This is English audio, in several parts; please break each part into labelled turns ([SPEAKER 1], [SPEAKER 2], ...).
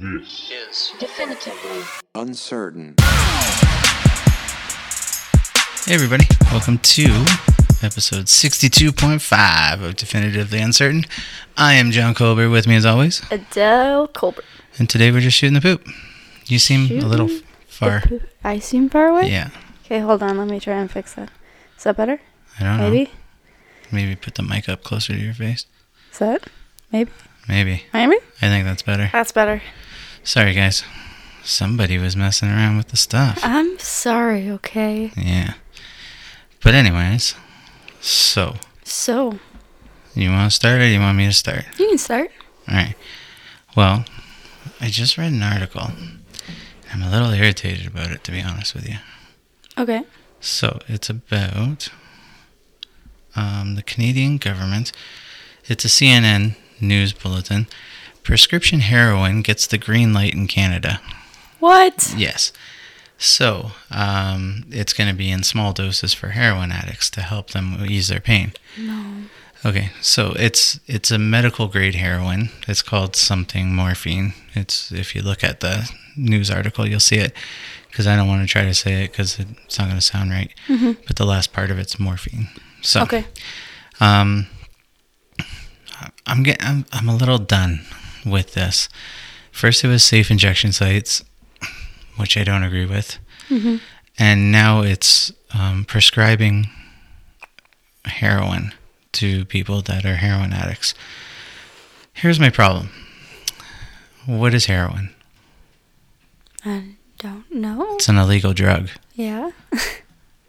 [SPEAKER 1] This
[SPEAKER 2] is
[SPEAKER 3] definitively
[SPEAKER 4] Uncertain.
[SPEAKER 5] Hey, everybody. Welcome to episode 62.5 of Definitively Uncertain. I am John Colbert, with me as always.
[SPEAKER 6] Adele Colbert.
[SPEAKER 5] And today we're just shooting the poop. You seem a little f-
[SPEAKER 6] Shooting
[SPEAKER 5] far.
[SPEAKER 6] The poo- I seem far away?
[SPEAKER 5] Yeah.
[SPEAKER 6] Okay, hold on. Let me try and fix that. Is that better?
[SPEAKER 5] I don't know.
[SPEAKER 6] Maybe?
[SPEAKER 5] Maybe put the mic up closer to your face.
[SPEAKER 6] Is that? Maybe?
[SPEAKER 5] Maybe.
[SPEAKER 6] Maybe?
[SPEAKER 5] I think that's better.
[SPEAKER 6] That's better.
[SPEAKER 5] Sorry, guys. Somebody was messing around with the stuff.
[SPEAKER 6] I'm sorry, okay?
[SPEAKER 5] Yeah. But, anyways, so
[SPEAKER 6] So,
[SPEAKER 5] you want to start or you want me to start?
[SPEAKER 6] you can start.
[SPEAKER 5] All right. Well, I just read an article. I'm a little irritated about it, to be honest with you.
[SPEAKER 6] Okay.
[SPEAKER 5] So it's about um, the Canadian government. It's a CNN news bulletin. Prescription heroin gets the green light in Canada.
[SPEAKER 6] What?
[SPEAKER 5] Yes. So um, it's going to be in small doses for heroin addicts to help them ease their pain. No. Okay, so it's it's a medical grade heroin. It's called something morphine. It's if you look at the news article, you'll see it. Because I don't want to try to say it because it's not going to sound right. But the last part of it's morphine. So
[SPEAKER 6] Okay.
[SPEAKER 5] um, I'm getting, I'm, I'm a little done with this. First, it was safe injection sites, which I don't agree with, and now it's um, prescribing heroin to people that are heroin addicts. Here's my problem. What is heroin?
[SPEAKER 6] I don't know.
[SPEAKER 5] It's an illegal drug.
[SPEAKER 6] Yeah.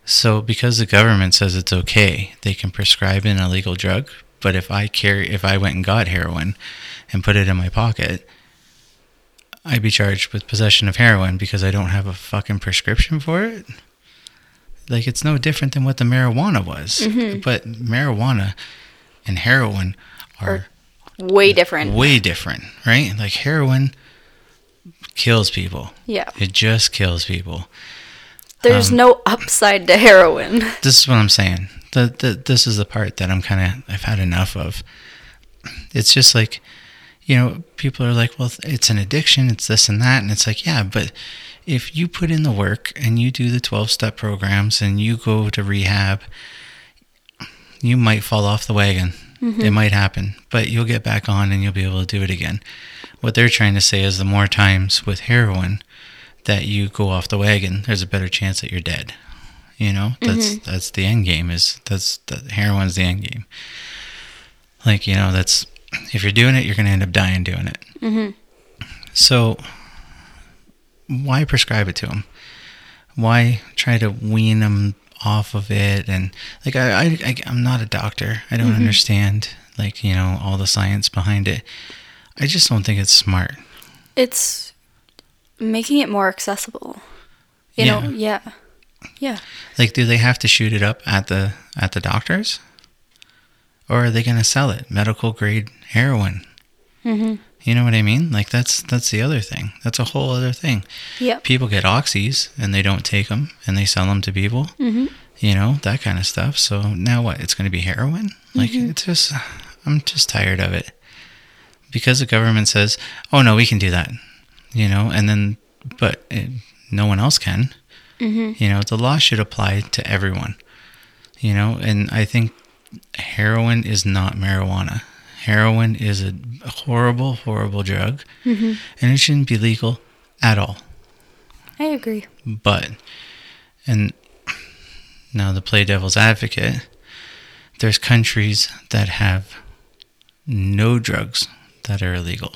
[SPEAKER 5] So, because the government says it's okay, they can prescribe an illegal drug. But if I carry, if I went and got heroin and put it in my pocket, I'd be charged with possession of heroin because I don't have a fucking prescription for it. Like it's no different than what the marijuana was,
[SPEAKER 6] Mm-hmm.
[SPEAKER 5] but marijuana and heroin are
[SPEAKER 6] Way different.
[SPEAKER 5] way different, right? Like heroin kills people.
[SPEAKER 6] yeah.
[SPEAKER 5] It just kills people. Um,
[SPEAKER 6] There's no upside to heroin.
[SPEAKER 5] this is what I'm saying. The, the this is the part that I'm kind of I've had enough of. It's just like, you know, people are like, well, it's an addiction, it's this and that, and it's like, yeah, but if you put in the work and you do the 12 step programs and you go to rehab, you might fall off the wagon. It might happen, but you'll get back on and you'll be able to do it again. What they're trying to say is the more times with heroin that you go off the wagon, there's a better chance that you're dead. You know, that's that's the end game. Is that's the heroin's the end game. Like you know, that's if you're doing it, you're gonna end up dying doing it. So why prescribe it to them? Why try to wean them off of it? And like I, I, I I'm not a doctor. I don't understand like you know all the science behind it. I just don't think it's smart.
[SPEAKER 6] It's making it more accessible. You know? Yeah. Yeah.
[SPEAKER 5] Like, do they have to shoot it up at the at the doctors, or are they going to sell it medical grade heroin? You know what I mean? Like, that's that's the other thing. That's a whole other thing.
[SPEAKER 6] Yep.
[SPEAKER 5] People get oxys and they don't take them and they sell them to people. You know that kind of stuff. So now what? It's going to be heroin? Like, it's just I'm just tired of it because the government says, "Oh no, we can do that," you know, and then but it, no one else can. You know, the law should apply to everyone. You know, and I think heroin is not marijuana. Heroin is a horrible, horrible drug, and it shouldn't be legal at all.
[SPEAKER 6] I agree.
[SPEAKER 5] But, and now the play devil's advocate, there's countries that have no drugs that are illegal.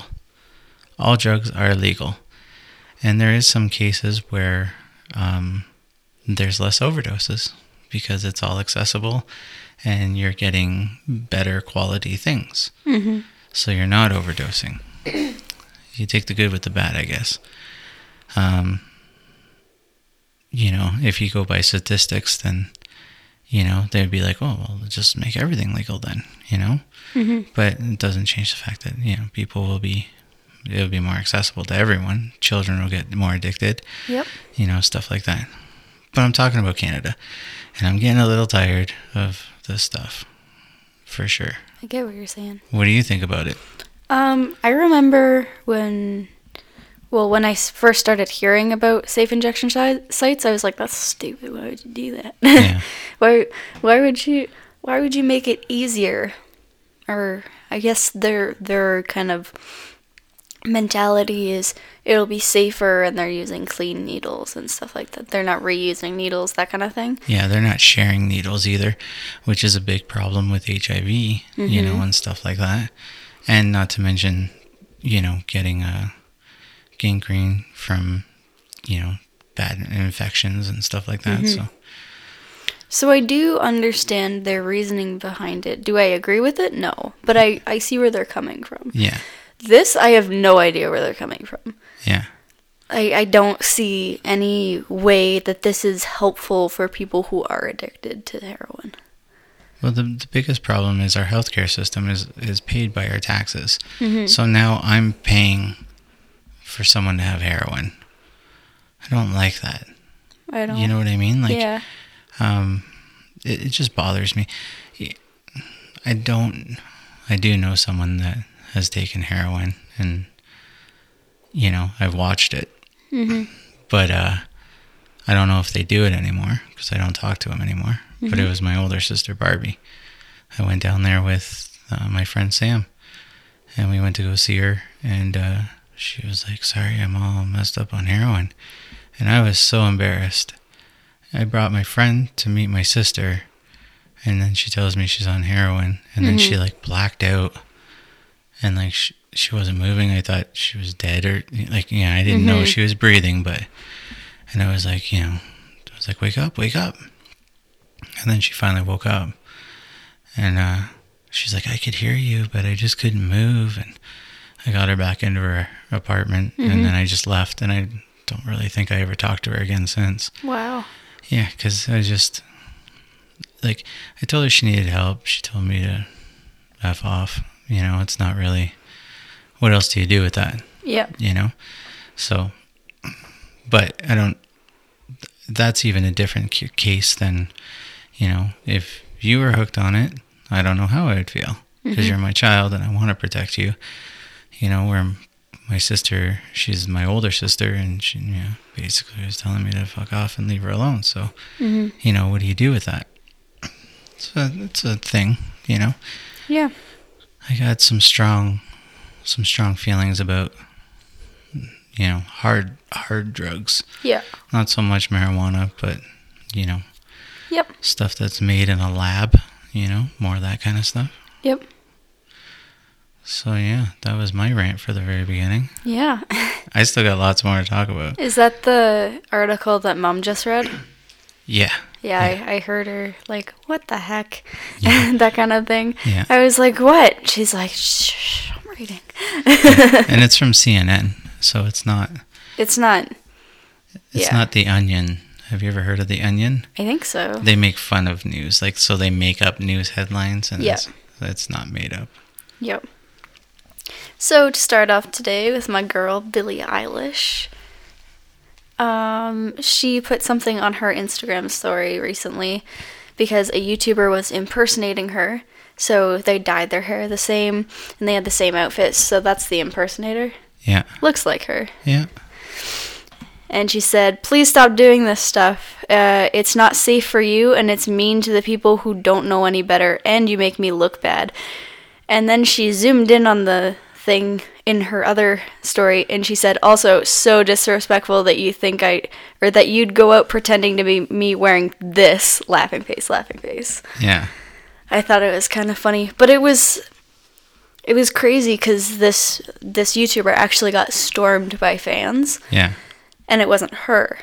[SPEAKER 5] All drugs are legal. And there is some cases where um, there's less overdoses because it's all accessible and you're getting better quality things. So you're not overdosing. you take the good with the bad, I guess. Um, you know, if you go by statistics, then, you know, they'd be like, oh, well, just make everything legal then, you know? But it doesn't change the fact that, you know, people will be, it'll be more accessible to everyone. Children will get more addicted,
[SPEAKER 6] Yep.
[SPEAKER 5] you know, stuff like that. But I'm talking about Canada, and I'm getting a little tired of this stuff, for sure.
[SPEAKER 6] I get what you're saying.
[SPEAKER 5] What do you think about it?
[SPEAKER 6] Um, I remember when Well, when I s- first started hearing about safe injection shi- sites, I was like, "That's stupid. Why would you do that?
[SPEAKER 5] Yeah.
[SPEAKER 6] why? Why would you? Why would you make it easier?" Or I guess their their kind of mentality is it'll be safer, and they're using clean needles and stuff like that. They're not reusing needles, that kind of thing.
[SPEAKER 5] Yeah, they're not sharing needles either, which is a big problem with HIV, you know, and stuff like that. And not to mention, you know, getting a gangrene from, you know, bad infections and stuff like that. So
[SPEAKER 6] So I do understand their reasoning behind it. Do I agree with it? No, but I I see where they're coming from.
[SPEAKER 5] yeah,
[SPEAKER 6] This I have no idea where they're coming from.
[SPEAKER 5] yeah,
[SPEAKER 6] I, I don't see any way that this is helpful for people who are addicted to heroin.
[SPEAKER 5] Well, the, the biggest problem is our healthcare system is, is paid by our taxes. So now I'm paying for someone to have heroin. I don't like that.
[SPEAKER 6] I don't.
[SPEAKER 5] You know what I mean? Like,
[SPEAKER 6] yeah.
[SPEAKER 5] um, it, it just bothers me. I don't. I do know someone that has taken heroin, and you know I've watched it, but uh, I don't know if they do it anymore because I don't talk to them anymore. But it was my older sister Barbie. I went down there with uh, my friend Sam, and we went to go see her, and uh, she was like, "Sorry, I'm all messed up on heroin," and I was so embarrassed. I brought my friend to meet my sister, and then she tells me she's on heroin, and then she like blacked out, and like she, she wasn't moving. I thought she was dead, or like yeah, I didn't know she was breathing, but and I was like, you know, I was like, wake up, wake up, and then she finally woke up, and uh, she's like, I could hear you, but I just couldn't move, and I got her back into her apartment, and then I just left, and I don't really think I ever talked to her again since.
[SPEAKER 6] Wow.
[SPEAKER 5] Yeah, because I just like I told her she needed help. She told me to f off. You know, it's not really. What else do you do with that?
[SPEAKER 6] Yeah.
[SPEAKER 5] You know, so. But I don't. That's even a different c- case than, you know, if you were hooked on it. I don't know how I would feel because you're my child and I want to protect you. You know, where m- my sister, she's my older sister, and she, you know, basically was telling me to fuck off and leave her alone. So you know, what do you do with that? So it's a thing, you know.
[SPEAKER 6] Yeah.
[SPEAKER 5] I got some strong, some strong feelings about, you know, hard, hard drugs.
[SPEAKER 6] Yeah.
[SPEAKER 5] Not so much marijuana, but you know,
[SPEAKER 6] Yep.
[SPEAKER 5] stuff that's made in a lab. You know, more of that kind of stuff.
[SPEAKER 6] Yep.
[SPEAKER 5] So yeah, that was my rant for the very beginning.
[SPEAKER 6] Yeah.
[SPEAKER 5] I still got lots more to talk about.
[SPEAKER 6] Is that the article that mom just read?
[SPEAKER 5] Yeah,
[SPEAKER 6] Yeah, I, I heard her like, "What the heck," that kind of thing.
[SPEAKER 5] Yeah.
[SPEAKER 6] I was like, "What?" She's like, shh, shh, "I'm reading."
[SPEAKER 5] and it's from CNN, so it's not,
[SPEAKER 6] It's not.
[SPEAKER 5] it's
[SPEAKER 6] Yeah.
[SPEAKER 5] not the Onion. Have you ever heard of the Onion?
[SPEAKER 6] I think so.
[SPEAKER 5] they make fun of news like so they make up news headlines and
[SPEAKER 6] Yeah.
[SPEAKER 5] it's, it's not made up
[SPEAKER 6] Yep. So to start off today with my girl Billie Eilish, um, she put something on her Instagram story recently because a YouTuber was impersonating her. So they dyed their hair the same and they had the same outfits. So that's the impersonator.
[SPEAKER 5] yeah
[SPEAKER 6] Looks like her.
[SPEAKER 5] yeah
[SPEAKER 6] And she said, "Please stop doing this stuff. Uh, it's not safe for you, and it's mean to the people who don't know any better. And you make me look bad." And then she zoomed in on the thing in her other story, and she said, "Also, so disrespectful that you think I, or that you'd go out pretending to be me wearing this laughing face, laughing face."
[SPEAKER 5] yeah
[SPEAKER 6] I thought it was kind of funny, but it was it was crazy because this this YouTuber actually got stormed by fans
[SPEAKER 5] yeah
[SPEAKER 6] and it wasn't her.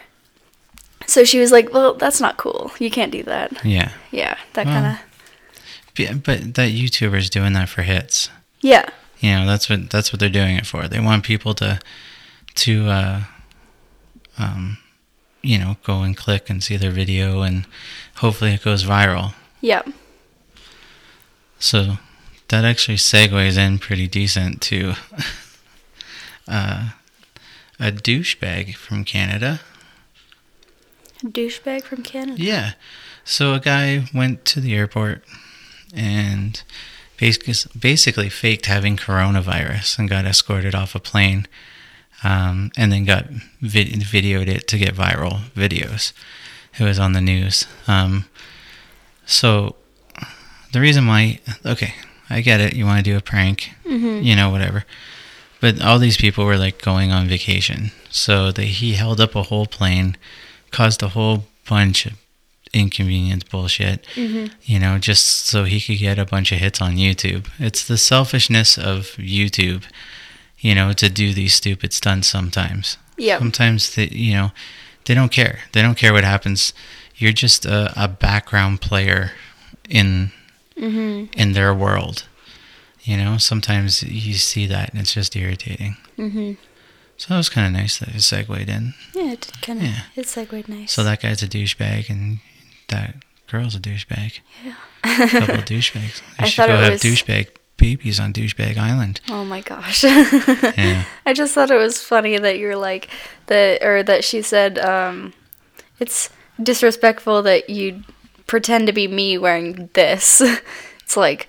[SPEAKER 6] So she was like, "Well, that's not cool. You can't do that."
[SPEAKER 5] yeah
[SPEAKER 6] Yeah, that
[SPEAKER 5] Wow.
[SPEAKER 6] kind of.
[SPEAKER 5] B- but that youtuber's doing that for hits
[SPEAKER 6] Yeah,
[SPEAKER 5] you know that's what that's what they're doing it for they want people to to uh um you know go and click and see their video and hopefully it goes viral
[SPEAKER 6] yeah,
[SPEAKER 5] So that actually segues in pretty decent to uh, a douchebag from Canada.
[SPEAKER 6] douchebag from Canada.
[SPEAKER 5] Yeah. So a guy went to the airport and basically, basically faked having coronavirus and got escorted off a plane um, and then got vid- videoed it to get viral videos. It was on the news. Um, so the reason why, okay, I get it. You want to do a prank, you know, whatever. But all these people were like going on vacation. So they, he held up a whole plane, caused a whole bunch of inconvenience bullshit, you know, just so he could get a bunch of hits on YouTube. It's the selfishness of YouTube, you know, to do these stupid stunts sometimes.
[SPEAKER 6] Yep.
[SPEAKER 5] Sometimes they, you know, they don't care. They don't care what happens. You're just a, a background player in in their world. You know, sometimes you see that and it's just irritating.
[SPEAKER 6] Mhm.
[SPEAKER 5] So that was kind of nice that it segued in.
[SPEAKER 6] Yeah, it did kind of.
[SPEAKER 5] Yeah.
[SPEAKER 6] It segued nice.
[SPEAKER 5] So that guy's a douchebag and that girl's a douchebag. Yeah. Couple of douchebags. They
[SPEAKER 6] I
[SPEAKER 5] should
[SPEAKER 6] thought
[SPEAKER 5] go
[SPEAKER 6] it
[SPEAKER 5] have
[SPEAKER 6] was-
[SPEAKER 5] douchebag babies on Douchebag Island.
[SPEAKER 6] Oh my gosh.
[SPEAKER 5] Yeah.
[SPEAKER 6] I just thought it was funny that you're like that, or that she said, um, "It's disrespectful that you pretend to be me wearing this." it's like,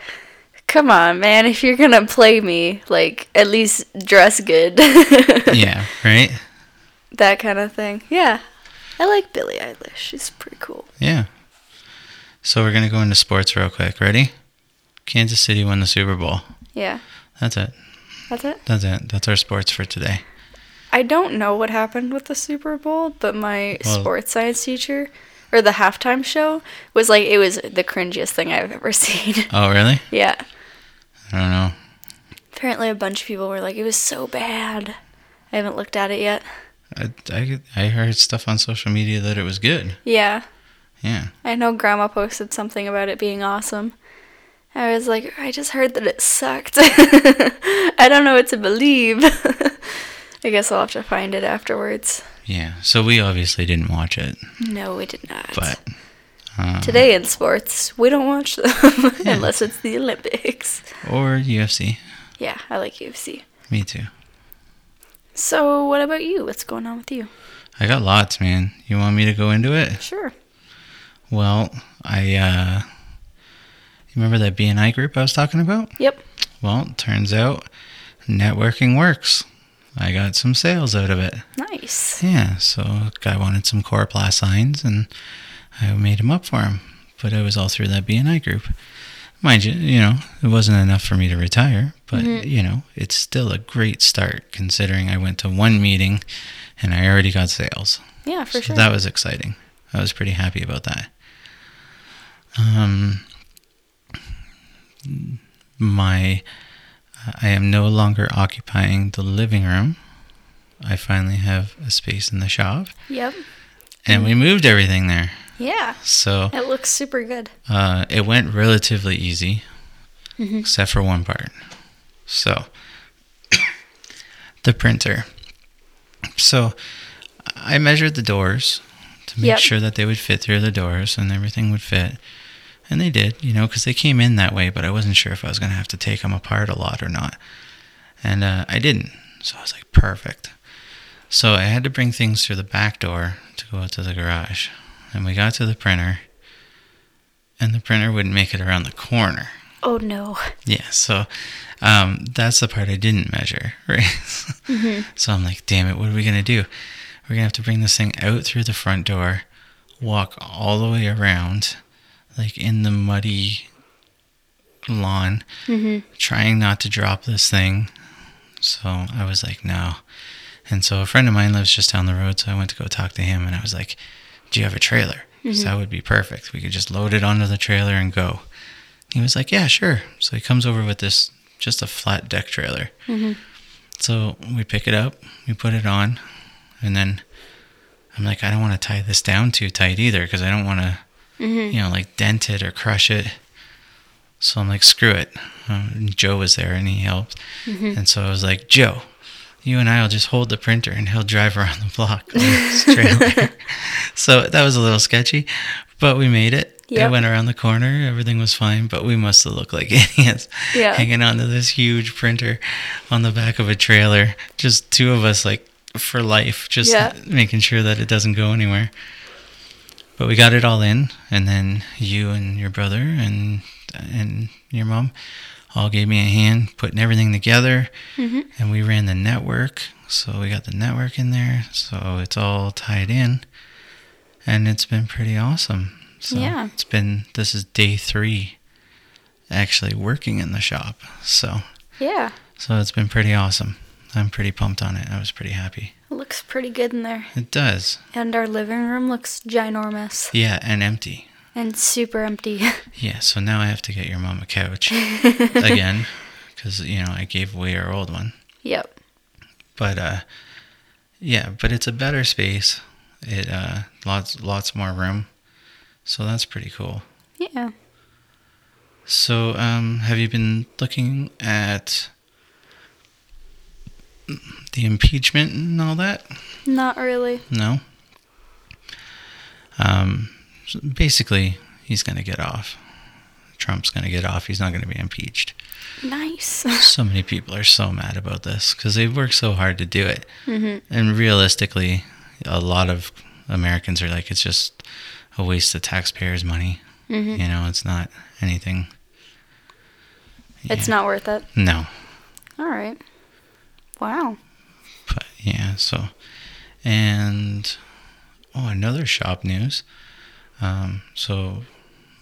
[SPEAKER 6] come on, man! If you're gonna play me, like at least dress good.
[SPEAKER 5] yeah, right?
[SPEAKER 6] that kind of thing. Yeah, I like Billie Eilish. She's pretty cool.
[SPEAKER 5] Yeah. So we're going to go into sports real quick. Ready? Kansas City won the Super Bowl.
[SPEAKER 6] Yeah,
[SPEAKER 5] That's it.
[SPEAKER 6] that's it.
[SPEAKER 5] That's it. That's our sports for today.
[SPEAKER 6] I don't know what happened with the Super Bowl, but my
[SPEAKER 5] Well-
[SPEAKER 6] sports science teacher or the halftime show was like it was the cringiest thing I've ever seen.
[SPEAKER 5] Oh, really?
[SPEAKER 6] yeah.
[SPEAKER 5] I don't know.
[SPEAKER 6] Apparently a bunch of people were like it was so bad. I haven't looked at it yet.
[SPEAKER 5] I, I, I heard stuff on social media that it was good.
[SPEAKER 6] Yeah.
[SPEAKER 5] Yeah.
[SPEAKER 6] I know grandma posted something about it being awesome. I was like, I just heard that it sucked. I don't know what to believe. I guess I'll have to find it afterwards.
[SPEAKER 5] Yeah. So we obviously didn't watch it,
[SPEAKER 6] No, we did not.
[SPEAKER 5] but um,
[SPEAKER 6] Today in sports, we don't watch them unless it's the Olympics.
[SPEAKER 5] or UFC.
[SPEAKER 6] Yeah, I like UFC.
[SPEAKER 5] Me too.
[SPEAKER 6] So, what about you? What's going on with you?
[SPEAKER 5] I got lots, man. You want me to go into it?
[SPEAKER 6] Sure.
[SPEAKER 5] Well, I uh, you remember that BNI group I was talking about?
[SPEAKER 6] Yep.
[SPEAKER 5] Well, turns out networking works. I got some sales out of it.
[SPEAKER 6] Nice.
[SPEAKER 5] Yeah, so a guy wanted some Coroplast signs, and I made him up for him. But it was all through that BNI group. Mind you, you know, it wasn't enough for me to retire, but you know, it's still a great start considering I went to one meeting and I already got sales.
[SPEAKER 6] Yeah, for
[SPEAKER 5] so
[SPEAKER 6] sure.
[SPEAKER 5] that was exciting. I was pretty happy about that. Um, my, I am no longer occupying the living room. I finally have a space in the shop
[SPEAKER 6] yep.
[SPEAKER 5] and
[SPEAKER 6] Mm-hmm.
[SPEAKER 5] we moved everything there.
[SPEAKER 6] Yeah.
[SPEAKER 5] So
[SPEAKER 6] It looks super good.
[SPEAKER 5] uh, it went relatively easy, except for one part. So the printer. So I measured the doors to make
[SPEAKER 6] Yep.
[SPEAKER 5] sure that they would fit through the doors and everything would fit. And they did, you know, because they came in that way, but I wasn't sure if I was going to have to take them apart a lot or not. And uh, I didn't. So I was like, perfect. So I had to bring things through the back door to go out to the garage. And we got to the printer, and the printer wouldn't make it around the corner.
[SPEAKER 6] Oh no.
[SPEAKER 5] Yeah, so um, that's the part I didn't measure, right? So I'm like, damn it, what are we gonna do? We're gonna have to bring this thing out through the front door, walk all the way around, like in the muddy lawn, trying not to drop this thing. So I was like, no. And so a friend of mine lives just down the road, so I went to go talk to him, and I was like, do you have a trailer? 'Cause that would be perfect. We could just load it onto the trailer and go. He was like, "Yeah, sure." So he comes over with this just a flat deck trailer. So we pick it up, we put it on, and then I'm like, I don't want to tie this down too tight either because I don't want to, you know, like dent it or crush it. So I'm like, screw it. Um, and Joe was there and he helped, and so I was like, Joe, you and I will just hold the printer and he'll drive around the block on this trailer. so that was a little sketchy, but we made it.
[SPEAKER 6] Yep.
[SPEAKER 5] It went around the corner. Everything was fine, but we must have looked like idiots
[SPEAKER 6] Yeah.
[SPEAKER 5] hanging onto this huge printer on the back of a trailer. Just two of us, like for life, just
[SPEAKER 6] Yeah.
[SPEAKER 5] making sure that it doesn't go anywhere. But we got it all in, and then you and your brother and and your mom all gave me a hand putting everything together. And we ran the network. So we got the network in there. So it's all tied in. And it's been pretty awesome. So
[SPEAKER 6] Yeah.
[SPEAKER 5] it's been, this is day three actually working in the shop. So,
[SPEAKER 6] Yeah.
[SPEAKER 5] so it's been pretty awesome. I'm pretty pumped on it. I was pretty happy.
[SPEAKER 6] It looks pretty good in there.
[SPEAKER 5] It does.
[SPEAKER 6] And our living room looks ginormous
[SPEAKER 5] Yeah, and empty.
[SPEAKER 6] and super empty.
[SPEAKER 5] Yeah, so now I have to get your mom a couch again because, you know, I gave away our old one.
[SPEAKER 6] yep.
[SPEAKER 5] But, uh, yeah, but it's a better space. It, uh, lots, lots more room. So that's pretty cool.
[SPEAKER 6] Yeah.
[SPEAKER 5] So, um, have you been looking at the impeachment and all that?
[SPEAKER 6] Not really.
[SPEAKER 5] No. Um, so basically, he's going to get off. Trump's going to get off. He's not going to be impeached.
[SPEAKER 6] Nice.
[SPEAKER 5] So many people are so mad about this because they've worked so hard to do it. Mm-hmm. And realistically, a lot of Americans are like, it's just a waste of taxpayers' money. You know, it's not anything.
[SPEAKER 6] It's not worth it.
[SPEAKER 5] No.
[SPEAKER 6] All right. Wow.
[SPEAKER 5] But yeah, so and oh, another shop news. Um, so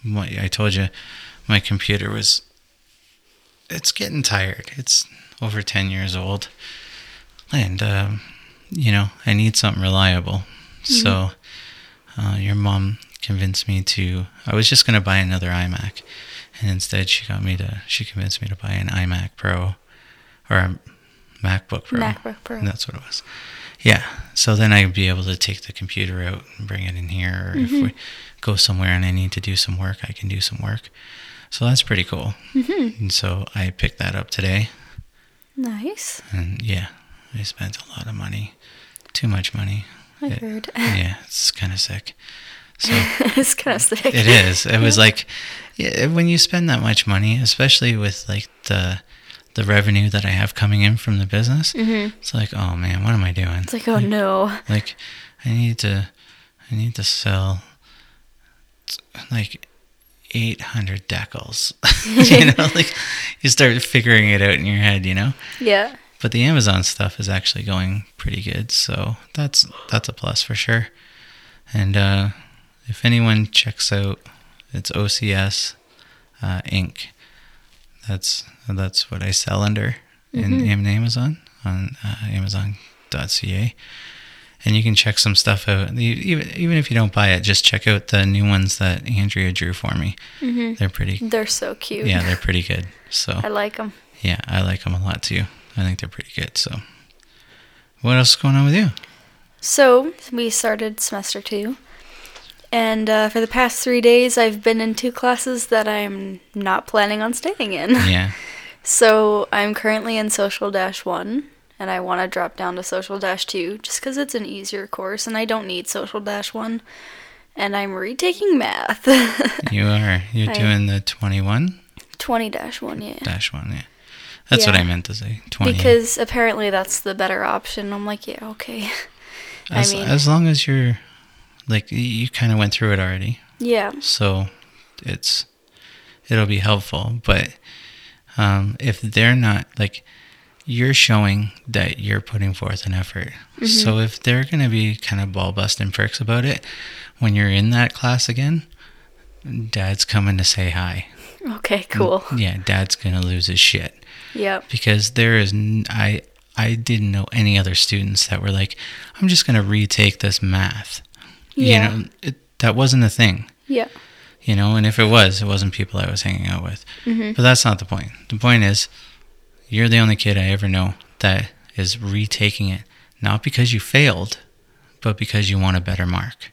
[SPEAKER 5] my, I told you my computer was it's getting tired. It's over 10 years old. And um, you know, I need something reliable.
[SPEAKER 6] Mm-hmm.
[SPEAKER 5] So uh, your mom convinced me to I was just going to buy another iMac and instead she got me to she convinced me to buy an iMac Pro or a MacBook Pro.
[SPEAKER 6] MacBook Pro.
[SPEAKER 5] That's what it was. Yeah. So then I'd be able to take the computer out and bring it in here. Or
[SPEAKER 6] Mm-hmm.
[SPEAKER 5] if we go somewhere and I need to do some work, I can do some work. So that's pretty cool.
[SPEAKER 6] Mm-hmm.
[SPEAKER 5] And so I picked that up today.
[SPEAKER 6] Nice.
[SPEAKER 5] And Mm, yeah, I spent a lot of money. Too much money.
[SPEAKER 6] I
[SPEAKER 5] Yeah.
[SPEAKER 6] heard.
[SPEAKER 5] Yeah, it's kind of sick. So
[SPEAKER 6] it's kind of sick.
[SPEAKER 5] it is. It was like yeah, when you spend that much money, especially with like the the revenue that I have coming in from the business,
[SPEAKER 6] Mm-hmm.
[SPEAKER 5] it's like, oh man, what am I doing?
[SPEAKER 6] It's like, oh no.
[SPEAKER 5] like i need to i need to sell like 800 decals you know like you start figuring it out in your head you know
[SPEAKER 6] Yeah.
[SPEAKER 5] but the amazon stuff is actually going pretty good so that's that's a plus for sure and uh if anyone checks out it's ocs uh inc that's that's what i sell under in, in amazon on uh, amazon.ca and you can check some stuff out. You- Even even if you don't buy it, just check out the new ones that Andrea drew for me. They're pretty.
[SPEAKER 6] They're so cute.
[SPEAKER 5] Yeah, they're pretty good. So
[SPEAKER 6] I like them.
[SPEAKER 5] yeah, I like them a lot too. I think they're pretty good. So what else is going on with you?
[SPEAKER 6] So we started semester two, and uh, for the past three days, I've been in two classes that I'm not planning on staying in.
[SPEAKER 5] Yeah,
[SPEAKER 6] So I'm currently in social dash one, and I want to drop down to social dash two just because it's an easier course, and I don't need social dash one. And I'm retaking math.
[SPEAKER 5] you are. You're
[SPEAKER 6] I-
[SPEAKER 5] doing the twenty one
[SPEAKER 6] Twenty dash one, yeah.
[SPEAKER 5] dash one. Yeah, that's what
[SPEAKER 6] Yeah.
[SPEAKER 5] I meant to say. Twenty.
[SPEAKER 6] Because apparently that's the better option. I'm like, yeah, okay. I
[SPEAKER 5] as,
[SPEAKER 6] mean-
[SPEAKER 5] as long as you're like y- you kind of went through it already.
[SPEAKER 6] Yeah.
[SPEAKER 5] so it's it'll be helpful but um, if they're not like you're showing that you're putting forth an effort
[SPEAKER 6] Mm-hmm.
[SPEAKER 5] so if they're going to be kind of ball busting pricks about it when you're in that class again dad's coming to say hi
[SPEAKER 6] Okay, cool.
[SPEAKER 5] yeah dad's going to lose his shit
[SPEAKER 6] Yep.
[SPEAKER 5] because there is n- I I didn't know any other students that were like I'm just going to retake this math
[SPEAKER 6] Yeah.
[SPEAKER 5] you know it, that wasn't a thing
[SPEAKER 6] Yeah.
[SPEAKER 5] you know and if it was it wasn't people i was hanging out with but that's not the point the point is you're the only kid i ever know that is retaking it not because you failed but because you want a better mark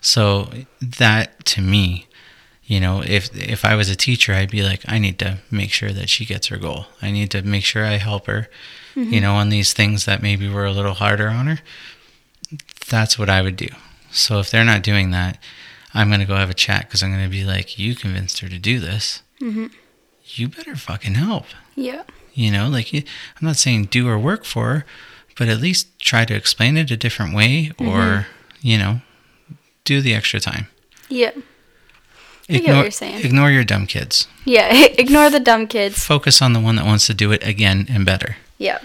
[SPEAKER 5] so that to me you know if if i was a teacher i'd be like i need to make sure that she gets her goal i need to make sure i help her you know on these things that maybe were a little harder on her that's what i would do so if they're not doing that I'm gonna go have a chat because I'm gonna be like, you convinced her to do this.
[SPEAKER 6] Mm-hmm.
[SPEAKER 5] You better fucking help.
[SPEAKER 6] Yeah.
[SPEAKER 5] You know, like you- I'm not saying do her work for her, but at least try to explain it a
[SPEAKER 6] Mm-hmm.
[SPEAKER 5] different way, or you know, do the extra time.
[SPEAKER 6] Yeah. I get what you're saying.
[SPEAKER 5] Ignore your dumb kids.
[SPEAKER 6] Yeah, ignore the dumb kids.
[SPEAKER 5] Focus on the one that wants to do it again and better.
[SPEAKER 6] Yeah,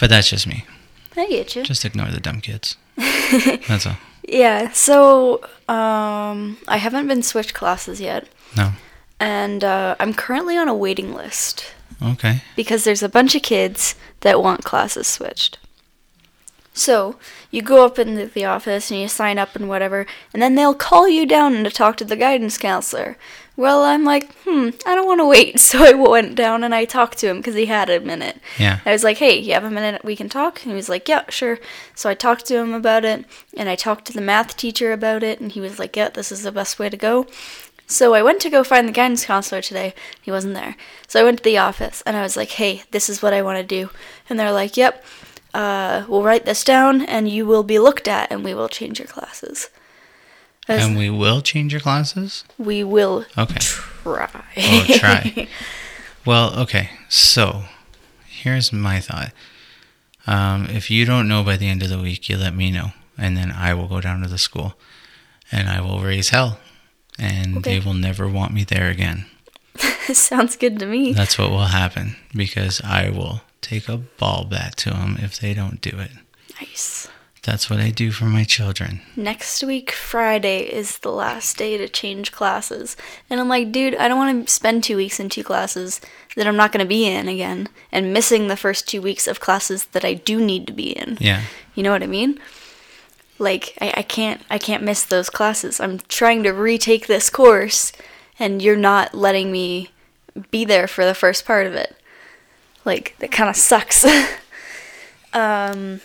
[SPEAKER 5] But that's just me.
[SPEAKER 6] I get you.
[SPEAKER 5] Just ignore the dumb kids. that's all.
[SPEAKER 6] Yeah, so um, I haven't been switched classes yet,
[SPEAKER 5] No.
[SPEAKER 6] and uh, I'm currently on a waiting list
[SPEAKER 5] Okay.
[SPEAKER 6] because there's a bunch of kids that want classes switched. So you go up into the office and you sign up and whatever, and then they'll call you down to talk to the guidance counselor. Well, I'm like, hmm, I don't want to wait, so I went down and I talked to him because he had a minute.
[SPEAKER 5] Yeah.
[SPEAKER 6] I was like, hey, you have a minute we can talk? And he was like, yeah, sure. So I talked to him about it, and I talked to the math teacher about it, and he was like, yeah, this is the best way to go. So I went to go find the guidance counselor today. He wasn't there. So I went to the office, and I was like, hey, this is what I want to do. And they're like, yep, uh, we'll write this down, and you will be looked at, and we will change your classes. I was-
[SPEAKER 5] And we will change your classes?
[SPEAKER 6] we will
[SPEAKER 5] Okay.
[SPEAKER 6] try.
[SPEAKER 5] Oh, try. Well, okay. So, here's my thought. Um, if you don't know by the end of the week, you let me know, and then I will go down to the school, and I will raise hell, and
[SPEAKER 6] Okay.
[SPEAKER 5] they will never want me there again.
[SPEAKER 6] Sounds good to me.
[SPEAKER 5] That's what will happen because I will take a ball bat to them if they don't do it.
[SPEAKER 6] Nice.
[SPEAKER 5] That's what I do for my children.
[SPEAKER 6] Next week, Friday, is the last day to change classes. And I'm like, dude, I don't want to spend two weeks in two classes that I'm not going to be in again and missing the first two weeks of classes that I do need to be in.
[SPEAKER 5] Yeah.
[SPEAKER 6] You know what I mean? Like, I, I can't, I can't miss those classes. I'm trying to retake this course and you're not letting me be there for the first part of it. Like, that kind of sucks. um,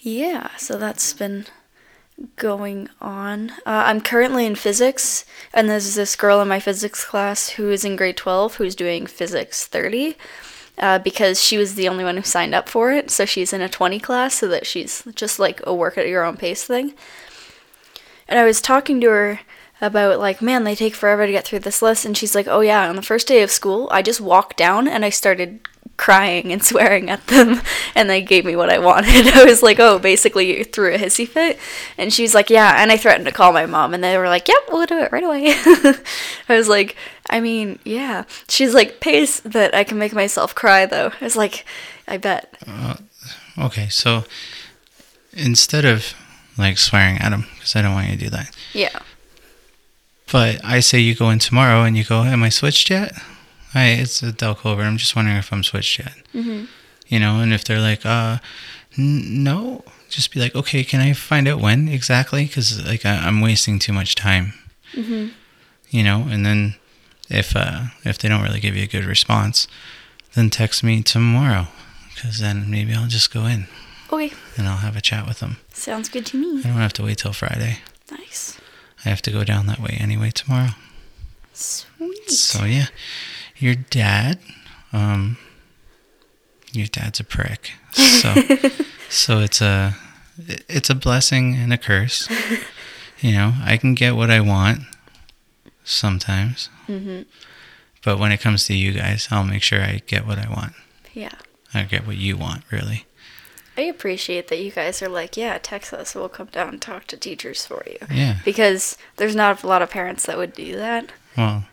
[SPEAKER 6] yeah, so that's been going on. Uh, I'm currently in physics, and there's this girl in my physics class who is in grade 12 who's doing physics 30 uh, because she was the only one who signed up for it. So she's in a 20 class, so that she's just like a work at your own pace thing. And I was talking to her about, like, man, they take forever to get through this list. And she's like, oh, yeah, on the first day of school, I just walked down and I started crying and swearing at them and they gave me what I wanted. I was like, oh, basically you threw a hissy fit. And she was like, yeah. And I threatened to call my mom and they were like, yep, we'll do it right away. I was like, I mean, yeah. She's like, pace that I can make myself cry though. I was like, I bet.
[SPEAKER 5] Okay. So instead of like swearing at them, because I don't want you to do that,
[SPEAKER 6] Yeah.
[SPEAKER 5] But I say you go in tomorrow and you go, Am I switched yet? Hi, it's Del Culver. I'm just wondering if I'm switched yet. You know, and if they're like, uh, n- No, just be like, Okay, can I find out when exactly? Because, like, I- I'm wasting too much time. You know, and then if, uh, if they don't really give you a good response, then text me tomorrow. Because then maybe I'll just go in
[SPEAKER 6] Okay.
[SPEAKER 5] and I'll have a chat with them.
[SPEAKER 6] Sounds good to me.
[SPEAKER 5] I don't have to wait till Friday.
[SPEAKER 6] Nice.
[SPEAKER 5] I have to go down that way anyway tomorrow.
[SPEAKER 6] Sweet.
[SPEAKER 5] So yeah, your dad, um, your dad's a prick. So so it's a it's a blessing and a curse. You know, I can get what I want sometimes, but when it comes to you guys, I'll make sure I get what I want.
[SPEAKER 6] Yeah.
[SPEAKER 5] I get what you want, really.
[SPEAKER 6] I appreciate that you guys are like, yeah, text us. We'll come down and talk to teachers for you.
[SPEAKER 5] Yeah.
[SPEAKER 6] Because there's not a lot of parents that would do that.
[SPEAKER 5] Well,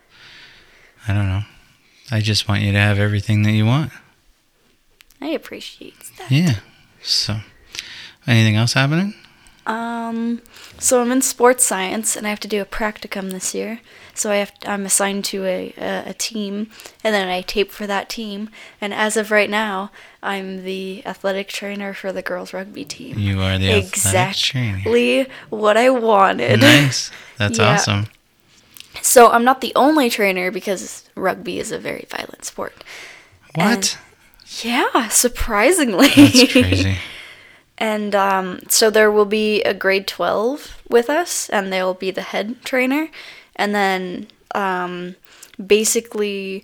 [SPEAKER 5] I don't know. I just want you to have everything that you want.
[SPEAKER 6] I appreciate that.
[SPEAKER 5] Yeah. So, anything else happening?
[SPEAKER 6] Um, so I'm in sports science, and I have to do a practicum this year. So I have I'm assigned to a, a a team, and then I tape for that team. And as of right now, I'm the athletic trainer for the girls rugby team.
[SPEAKER 5] You are the athletic trainer.
[SPEAKER 6] exactly what I wanted.
[SPEAKER 5] Nice. That's
[SPEAKER 6] Yeah.
[SPEAKER 5] awesome.
[SPEAKER 6] So I'm not the only trainer because rugby is a very violent sport.
[SPEAKER 5] What?
[SPEAKER 6] Yeah, surprisingly.
[SPEAKER 5] That's crazy.
[SPEAKER 6] And um, so there will be a grade 12 with us, and they'll be the head trainer. And then um, basically,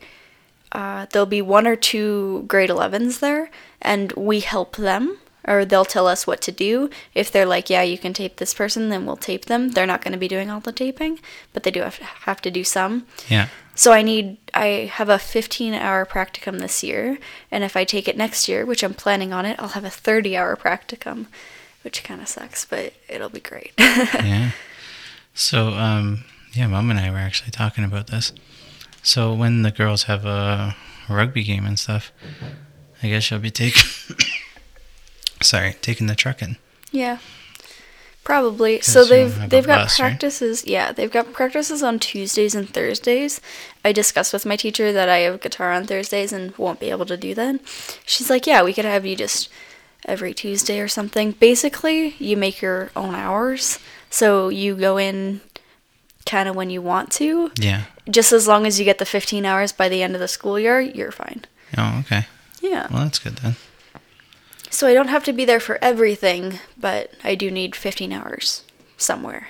[SPEAKER 6] uh, there'll be one or two grade 11s there, and we help them, or they'll tell us what to do. If they're like, yeah, you can tape this person, then we'll tape them. They're not going to be doing all the taping, but they do have to, have to do some.
[SPEAKER 5] Yeah.
[SPEAKER 6] So I need I have a 15 hour practicum this year, and if I take it next year, which I'm planning on it, I'll have a 30 hour practicum, which kind of sucks, but it'll be great.
[SPEAKER 5] Yeah. So, um, yeah, mom and I were actually talking about this. So when the girls have a rugby game and stuff, I guess she'll be taking. sorry, taking the truck in.
[SPEAKER 6] Yeah. Probably. So
[SPEAKER 5] you don't
[SPEAKER 6] they've
[SPEAKER 5] have a
[SPEAKER 6] they've got
[SPEAKER 5] bus, right?
[SPEAKER 6] practices. Yeah, they've got practices on Tuesdays and Thursdays. I discussed with my teacher that I have guitar on Thursdays and won't be able to do that. She's like, "Yeah, we could have you just every Tuesday or something. Basically, you make your own hours. So you go in kind of when you want to.
[SPEAKER 5] Yeah.
[SPEAKER 6] Just as long as you get the 15 hours by the end of the school year, you're fine."
[SPEAKER 5] Oh, okay.
[SPEAKER 6] Yeah.
[SPEAKER 5] Well, that's good then.
[SPEAKER 6] So I don't have to be there for everything, but I do need 15 hours somewhere,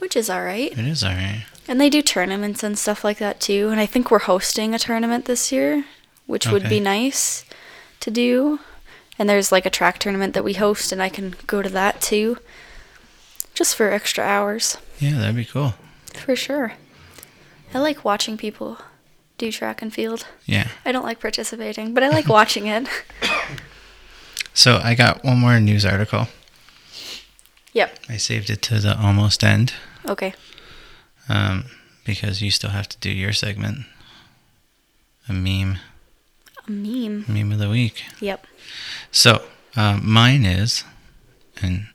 [SPEAKER 6] which is all right.
[SPEAKER 5] It is all right.
[SPEAKER 6] And they do tournaments and stuff like that too. And I think we're hosting a tournament this year, which would
[SPEAKER 5] Okay.
[SPEAKER 6] be nice to do. And there's like a track tournament that we host, and I can go to that too, just for extra hours,
[SPEAKER 5] Yeah, that'd be cool.
[SPEAKER 6] for sure. I like watching people do track and field.
[SPEAKER 5] Yeah.
[SPEAKER 6] I don't like participating, but I like watching it.
[SPEAKER 5] So I got one more news article.
[SPEAKER 6] Yep.
[SPEAKER 5] I saved it to the almost end
[SPEAKER 6] Okay.
[SPEAKER 5] um, because you still have to do your segment. A meme,
[SPEAKER 6] A meme.
[SPEAKER 5] meme of the week.
[SPEAKER 6] Yep.
[SPEAKER 5] So uh, mine is, and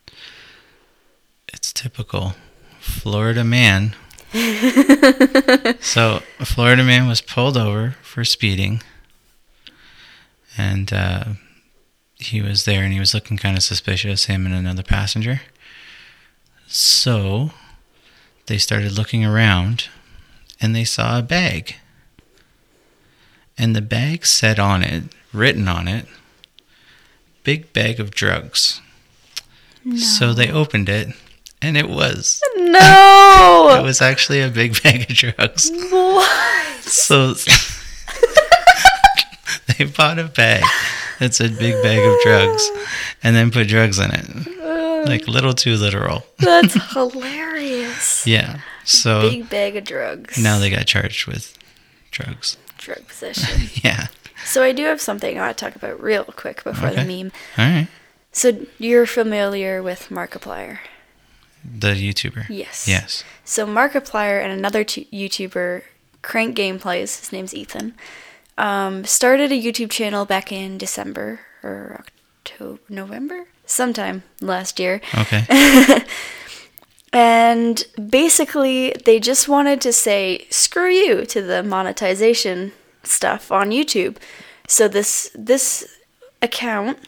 [SPEAKER 5] it's typical Florida man. so a Florida man was pulled over for speeding, and uh, he was there and he was looking kind of suspicious. Him and another passenger. So they started looking around, and they saw a bag. And the bag said on it, written on it, big bag of drugs. So they opened it, and it was. It
[SPEAKER 6] No.
[SPEAKER 5] was actually a big bag of drugs.
[SPEAKER 6] What?
[SPEAKER 5] So they bought a bag that said big bag of drugs and then put drugs in it. Like little too literal.
[SPEAKER 6] That's hilarious.
[SPEAKER 5] Yeah. So
[SPEAKER 6] Big bag of drugs.
[SPEAKER 5] now they got charged with drugs.
[SPEAKER 6] drug possession.
[SPEAKER 5] Yeah.
[SPEAKER 6] so I do have something I want to talk about real quick before
[SPEAKER 5] Okay.
[SPEAKER 6] the meme.
[SPEAKER 5] All right.
[SPEAKER 6] So you're familiar with Markiplier?
[SPEAKER 5] The YouTuber.
[SPEAKER 6] Yes.
[SPEAKER 5] Yes.
[SPEAKER 6] So Markiplier and another t- YouTuber, Crank Gameplays, his name's Ethan, um, started a YouTube channel back in December or October, November, sometime last year.
[SPEAKER 5] Okay.
[SPEAKER 6] And basically, they just wanted to say screw you to the monetization stuff on YouTube. So this this account,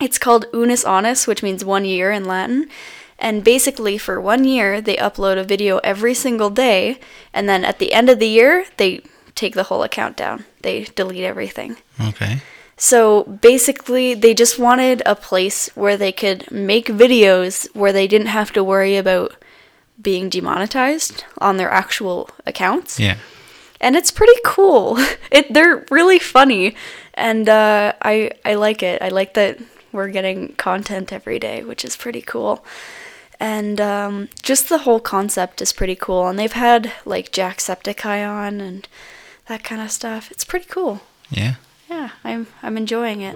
[SPEAKER 6] it's called Unus Honus, which means one year in Latin. And basically, for one year, they upload a video every single day, and then at the end of the year, they take the whole account down. They delete everything.
[SPEAKER 5] Okay.
[SPEAKER 6] So basically, they just wanted a place where they could make videos where they didn't have to worry about being demonetized on their actual accounts.
[SPEAKER 5] Yeah.
[SPEAKER 6] And it's pretty cool. It they're really funny, and uh, I I like it. I like that we're getting content every day, which is pretty cool. And um, just the whole concept is pretty cool. And they've had like Jacksepticeye on and that kind of stuff. It's pretty cool.
[SPEAKER 5] Yeah.
[SPEAKER 6] Yeah, I'm I'm enjoying it.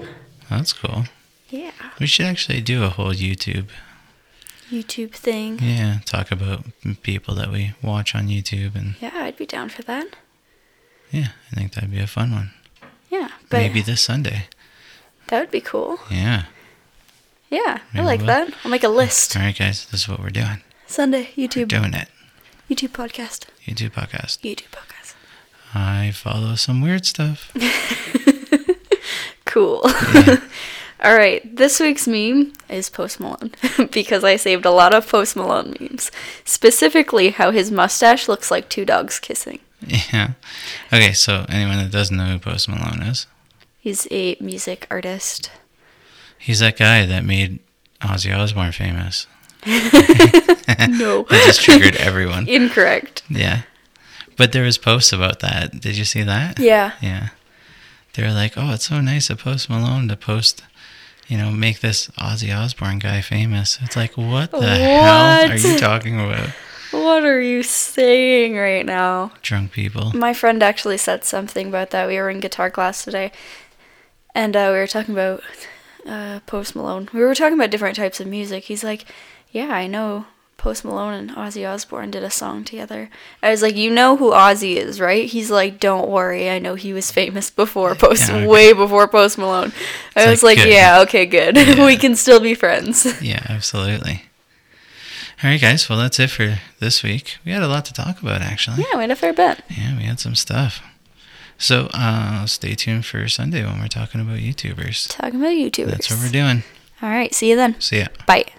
[SPEAKER 5] That's cool.
[SPEAKER 6] Yeah.
[SPEAKER 5] We should actually do a whole YouTube
[SPEAKER 6] YouTube thing.
[SPEAKER 5] Yeah, talk about people that we watch on YouTube, and
[SPEAKER 6] Yeah, I'd be down for that.
[SPEAKER 5] yeah, I think that'd be a fun one.
[SPEAKER 6] Yeah, but
[SPEAKER 5] Maybe this Sunday.
[SPEAKER 6] that would be cool.
[SPEAKER 5] Yeah.
[SPEAKER 6] Yeah, I
[SPEAKER 5] Maybe
[SPEAKER 6] like
[SPEAKER 5] we'll-
[SPEAKER 6] that. I'll make a list.
[SPEAKER 5] All right, guys, this is what we're doing.
[SPEAKER 6] Sunday
[SPEAKER 5] We're
[SPEAKER 6] YouTube
[SPEAKER 5] doing it.
[SPEAKER 6] YouTube podcast.
[SPEAKER 5] YouTube podcast.
[SPEAKER 6] YouTube podcast.
[SPEAKER 5] I follow some weird stuff.
[SPEAKER 6] Cool. All right, this week's meme is Post Malone because I saved a lot of Post Malone memes, specifically how his mustache looks like two dogs kissing.
[SPEAKER 5] Yeah. Okay, so anyone that doesn't know who Post Malone is,
[SPEAKER 6] He's a music artist.
[SPEAKER 5] he's that guy that made Ozzy Osbourne famous.
[SPEAKER 6] No.
[SPEAKER 5] That just triggered everyone.
[SPEAKER 6] Incorrect.
[SPEAKER 5] Yeah. But there was posts about that. Did you see that?
[SPEAKER 6] Yeah.
[SPEAKER 5] Yeah. They were like, oh, it's so nice of Post Malone to post, you know, make this Ozzy Osbourne guy famous. It's like, what the hell are
[SPEAKER 6] What?
[SPEAKER 5] you talking about?
[SPEAKER 6] What are you saying right now?
[SPEAKER 5] Drunk people.
[SPEAKER 6] My friend actually said something about that. We were in guitar class today, and uh, we were talking about uh, Post Malone. We were talking about different types of music. He's like, "Yeah, I know Post Malone and Ozzy Osbourne did a song together. I was like, you know who Ozzy is, right? He's like, don't worry, I know he was famous before Post,
[SPEAKER 5] Yeah, okay.
[SPEAKER 6] way before Post Malone. I
[SPEAKER 5] It's
[SPEAKER 6] was
[SPEAKER 5] like,
[SPEAKER 6] like,
[SPEAKER 5] good.
[SPEAKER 6] yeah, okay, good.
[SPEAKER 5] Yeah.
[SPEAKER 6] we can still be friends.
[SPEAKER 5] Yeah, absolutely. All right, guys. Well, that's it for this week. We had a lot to talk about, actually.
[SPEAKER 6] yeah, we had a fair bit.
[SPEAKER 5] Yeah, we had some stuff. So uh, stay tuned for Sunday when we're talking about YouTubers.
[SPEAKER 6] Talking about YouTubers.
[SPEAKER 5] That's what we're doing.
[SPEAKER 6] All right, see you then.
[SPEAKER 5] See ya.
[SPEAKER 6] Bye.